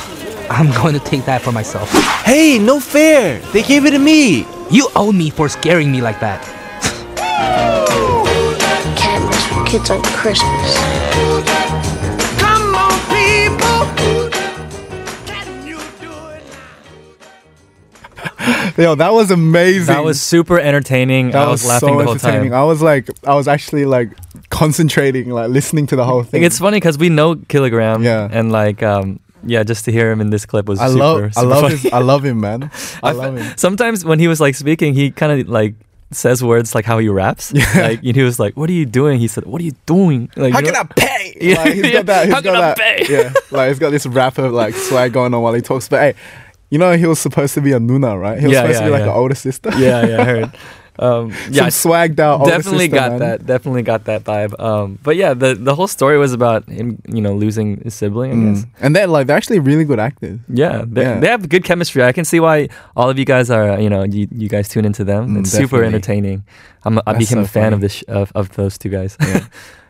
I'm going to take that for myself.
Hey, no fair! They gave it to me!
You owe me for scaring me like that.
Candies for kids on Christmas. Come on, people!
Yo, that was amazing.
That was super entertaining.
That
I was, laughing
so
the whole
entertaining.
time.
I was like, I was actually like concentrating, like listening to the whole
Like,
thing.
it's funny because we know Kilogram, yeah, and like, um, yeah, just to hear him in this clip was
I
super.
love, I
super
love,
funny.
his, I love him, man. I
I
love
fe-
him.
Sometimes when he was like speaking, he kind of like says words like how he raps. Like and he was like, "What are you doing?" He said, "What are you doing?" Like,
How
you
can
know-
I pay?
Yeah,
Like, he's
yeah.
got that. He's
How
got
can I
that. Yeah, like he's got this rapper like swag going on while he talks. But hey, you know he was supposed to be a Nuna, right? He was
Yeah, yeah,
supposed to be like
yeah.
an older sister.
yeah, yeah, I heard. Um, yeah,
Some swagged out older
Definitely
sister,
got
man.
that. Definitely got that vibe. Um, but yeah, the the whole story was about him, you know, losing his sibling. I guess.
Mm. And they're like they're actually really good actors.
Yeah, they
Yeah.
they have good chemistry. I can see why all of you guys are, you know, you, you guys tune into them.
Mm,
it's super
definitely.
entertaining. I'm, I
That's
became a
so
fan
funny.
of this sh- of, of those two guys.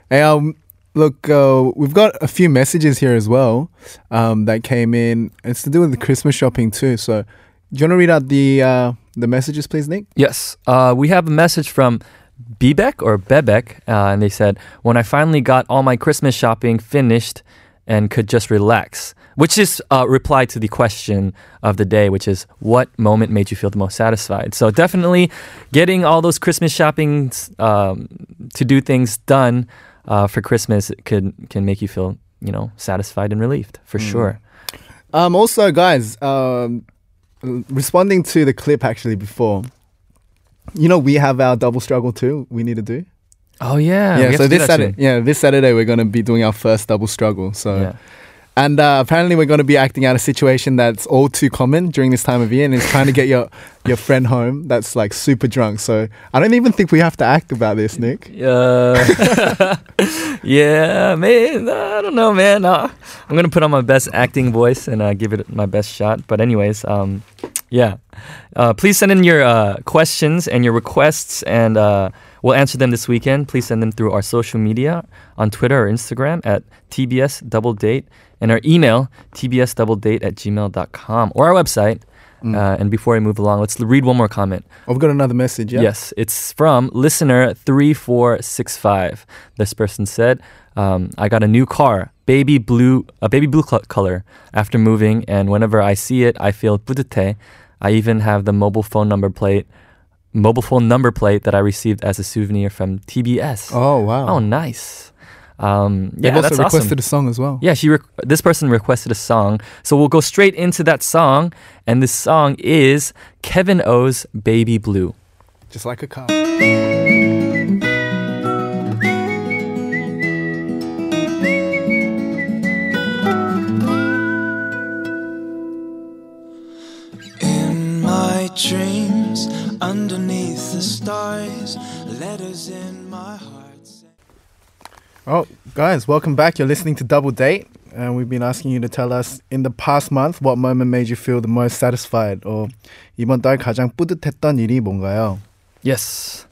Hey, um, look, uh, we've got a few messages here as well um, that came in. It's to do with the Christmas shopping too. So, do you want to read out the uh, the messages, please, Nick?
Yes. Uh, we have a message from Bebek or Bebek, uh, and they said, When I finally got all my Christmas shopping finished and could just relax, which is uh, reply to the question of the day, which is, What moment made you feel the most satisfied? So, definitely getting all those Christmas shopping um, to do things done uh, for Christmas could, can make you feel, you know, satisfied and relieved for sure.
Um, also, guys, um, responding to the clip actually before, you know, we have our double struggle too. We need to do.
Oh, yeah.
yeah.
we have to
So
do
this
that
Saturday,
soon.
yeah, this Saturday we're gonna be doing our first double struggle. So.
Yeah.
And uh, apparently, we're going to be acting out a situation that's all too common during this time of year, and it's trying to get your your friend home that's like super drunk. So I don't even think we have to act about this, Nick.
Uh, yeah, man. I don't know, man. Uh, I'm gonna put on my best acting voice and uh, give it my best shot. But anyways, um, yeah. Uh, please send in your uh, questions and your requests, and uh, we'll answer them this weekend. Please send them through our social media on Twitter or Instagram at TBS Double Date and our email TBS Double Date at gmail.com or our website. Uh, and before I move along, let's read one more comment.
I've got another message. Yeah?
Yes, it's from listener 3465. This person said, um, I got a new car, baby blue, a baby blue cl- color after moving, and whenever I see it, I feel 뿌듯해. I even have the mobile phone number plate, mobile phone number plate that I received as a souvenir from TBS.
Oh wow.
Oh, nice. Um, yeah,
They've also
that's awesome.
requested a song as well.
Yeah, she re- this person requested a song, so we'll go straight into that song, and this song is Kevin O's "Baby Blue."
Just like a car.
my dreams underneath the stars letters in my heart
Oh, guys, welcome back. You're listening to Double Date, and we've been asking you to tell us in the past month what moment made you feel the most satisfied, or 이번 달 가장 뿌듯했던 일이 뭔가요?
Yes.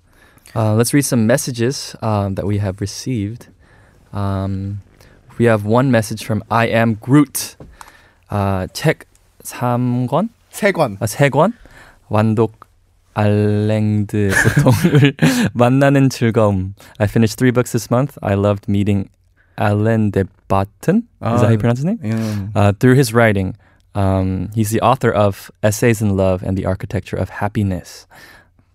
Uh, let's read some messages um, that we have received. Um, we have one message from I am Groot. Uh, 책 3권?
세권.
아, 세권? 완독 알랭드 고통을 만나는 즐거움. I finished three books this month. I loved meeting Alain de Botton. Is that how you pronounce his name?
Yeah.
uh, through his writing. Um, he's the author of Essays in Love and the Architecture of Happiness.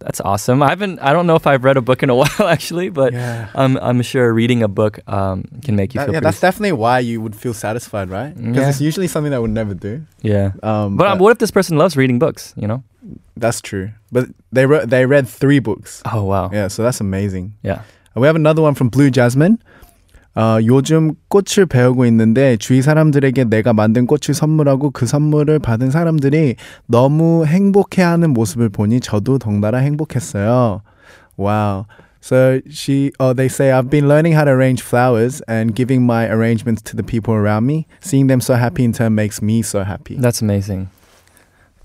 That's awesome. I haven't. I don't know if I've read a book in a while, actually, but
Yeah.
I'm, I'm sure reading a book um, can make you
That-
feel.
yeah,
pretty
that's definitely why you would feel satisfied, right? Because
Yeah.
it's usually something that I would never do.
Yeah.
Um,
but, um, what if this person loves reading books? You know.
That's true. But they re- they read three books.
Oh wow.
Yeah, so that's amazing.
Yeah.
And Uh, we have another one from Blue Jasmine. 어, 요즘 꽃을 배우고 있는데 주위 사람들에게 내가 만든 꽃을 선물하고 그 선물을 받은 사람들이 너무 행복해하는 모습을 보니 저도 덩달아 행복했어요. Wow. So she, oh, they say I've been learning how to arrange flowers and giving my arrangements to the people around me. Seeing them so happy in turn makes me so happy.
That's amazing.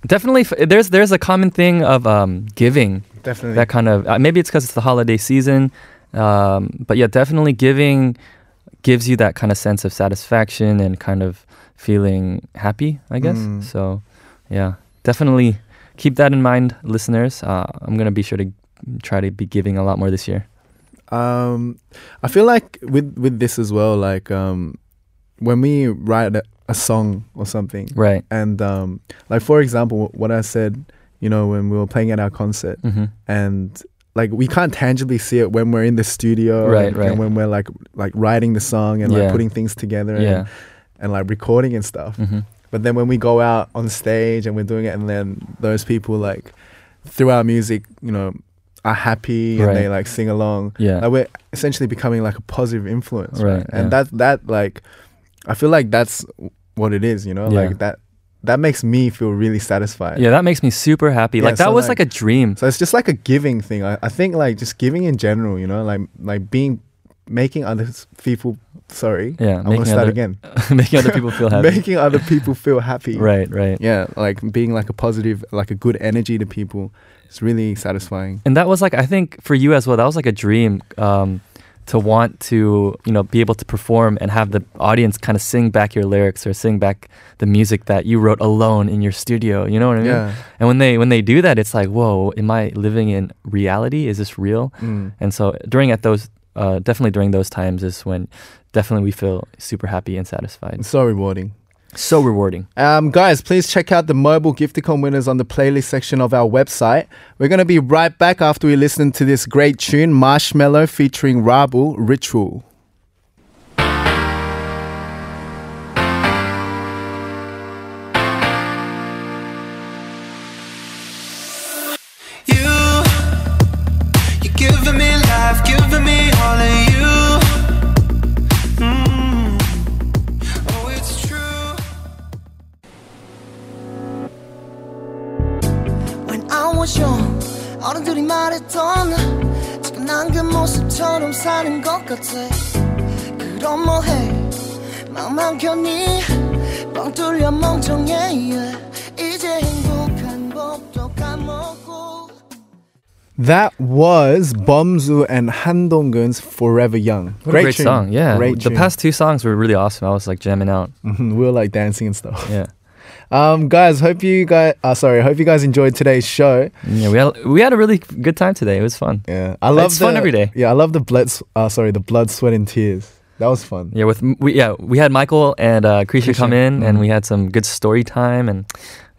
Definitely, f- there's there's a common thing of um, giving.
Definitely.
that kind of uh, maybe it's because it's the holiday season, um, but yeah, definitely giving gives you that kind of sense of satisfaction and kind of feeling happy. I guess
Mm.
so. Yeah, definitely keep that in mind, listeners. Uh, I'm gonna be sure to try to be giving a lot more this year.
um i feel like with with this as well like um when we write a, a song or something
Right.
and um like for example what i said you know when we were playing at our concert
Mhm.
and like we can't tangibly see it when we're in the studio
Right,
and,
right.
and when we're like like writing the song and like
Yeah.
putting things together
Yeah.
and, and like recording and stuff
Mhm.
but then when we go out on stage and we're doing it and then those people like through our music you know are happy and they
Right.
like sing along
Yeah.
like we're essentially becoming like a positive influence right,
Right, yeah.
and that that like i feel like that's what it is you know
Yeah.
like that that makes me feel really satisfied
Yeah, that makes me super happy.
Yeah,
like that
so,
was
like-
like a dream.
so it's just like a giving thing I, I think like just giving in general you know like like being making other s- people sorry
Yeah,
i'm gonna
making other-
start again
making other people feel happy.
making other people feel happy
Right, right.
yeah like being like a positive like a good energy to people it's really satisfying
And that was like I think for you as well. That was like a dream um, to want to you know be able to perform and have the audience kind of sing back your lyrics or sing back the music that you wrote alone in your studio. You know what I mean?
Yeah.
And when they when they do that, it's like, whoa, am I living in reality? Is this real?
Mm.
And so during at those uh, definitely during those times is when definitely we feel super happy and satisfied.
It's so rewarding
So rewarding.
Um, guys, please check out the mobile Gifticon winners on the playlist section of our website. We're going to be right back after we listen to this great tune, Marshmallow featuring Rabu Ritual.
You, you're giving me life, giving me all of you. Mm. Oh, it's true.
When I was young 어른들이 말했던 지금 난 그 모습처럼 사는 것 같아 그럼 뭐해 마음만 편히 뻥 뚫려 멍청해 yeah. 이제 행복한 법도 까먹고
That was Bomzu and Han Donggun's Forever Young.
What a great
tune.
song. Yeah.
Great
the
tune.
past two songs were really awesome. I was like jamming out.
Mhm, we were like dancing and stuff.
Yeah.
Um, guys, hope you guys. Uh, sorry, hope you guys enjoyed today's show.
Yeah, we had we had a really good time today. It was fun.
Yeah, I love
it's fun
the-
every day.
Yeah, I love the blood. s- Uh, sorry, the blood, sweat, and tears. That was fun.
Yeah, with we yeah we had Michael and uh, Krisha come in, and we had some good story time, and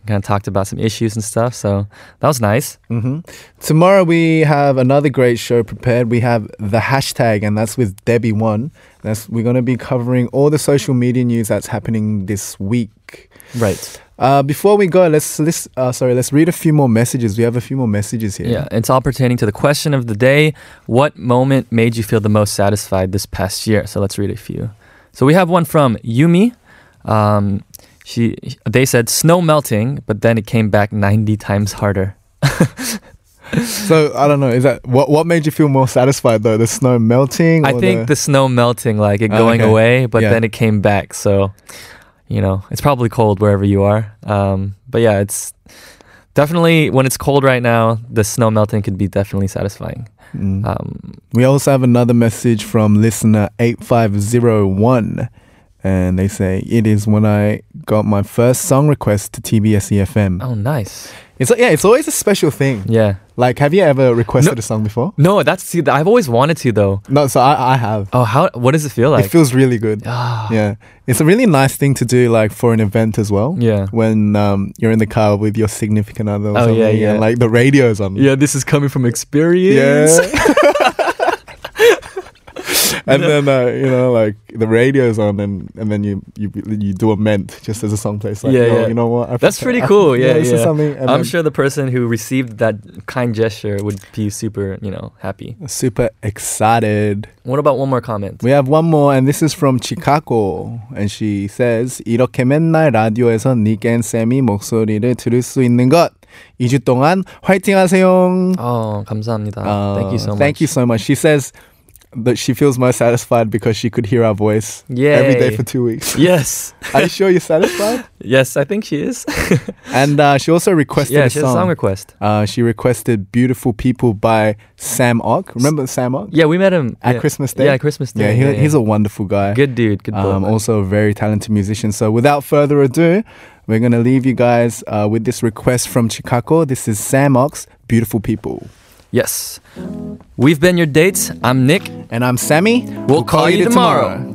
kind of talked about some issues and stuff. So that was nice.
hmm Tomorrow we have another great show prepared. We have the hashtag, and that's with Debbie One. That's we're going to be covering all the social media news that's happening this week.
Right.
Uh, before we go, let's let's uh, sorry, let's read a few more messages. We have a few more messages here.
Yeah, it's all pertaining to the question of the day: What moment made you feel the most satisfied this past year? So let's read a few. So we have one from Yumi. Um, she they said snow melting, but then it came back ninety times harder.
So I don't know. Is that what what made you feel more satisfied though? The snow melting.
I
or
think the snow melting, like it
Oh,
going
okay.
away, but
Yeah.
then it came back. So, you know, it's probably cold wherever you are. Um, but yeah, it's definitely when it's cold right now, the snow melting could be definitely satisfying.
Mm.
Um,
We also have another message from listener 8501. And they say, It is when I got my first song request to TBS EFM.
Oh, nice.
It's like, yeah, it's always a special thing.
Yeah.
Like, have you ever requested a song before?
No, that's see, I've always wanted to though.
No, so I, I have.
Oh, how? What does it feel like? Ah.
It feels really good. yeah. It's a really nice thing to do, like, for an event as well.
Yeah.
When um, you're in the car with your significant other or
Oh,
something,
yeah, yeah.
and, like, the radio's on.
Yeah, this is coming from experience.
and then uh, you know like the radio's on and and then you you you do a ment just as a song plays like
yeah,
"Yo,
yeah.
you know what I
That's
prefer-
pretty
I-
cool. Yeah,
this
yeah.
is something and
I'm
then
sure the person who received that kind gesture would be super, you know, happy.
super excited
What about one more comment?
we have one more and this is from Chicago and she says 이렇게 맨날 라디오에서 니겐 쌤이 목소리를 들을 수 있는 것 2주 동안 화이팅 하세요
Oh, 감사합니다. Thank you so much.
thank you so much she says that she feels most satisfied because she could hear our voice every day
Yay.
for two weeks
Yes.
Are you sure you're satisfied?
yes, I think she is.
And uh, she also requested
Yeah,
a
she has a
song.
song request.
Uh, she requested "Beautiful People" by Sam Ock. Remember Sam Ock?
yeah, we met him
At
yeah.
Christmas Day.
Yeah, Christmas Day.
Yeah, he, he's a wonderful guy.
Good dude, good boy,
Um,
man.
also a very talented musician. So without further ado, we're gonna leave you guys uh, with this request from Chicago. This is Sam Ock's "Beautiful People."
Yes. We've been your dates. I'm Nick.
And I'm Sammy.
We'll, call, you tomorrow.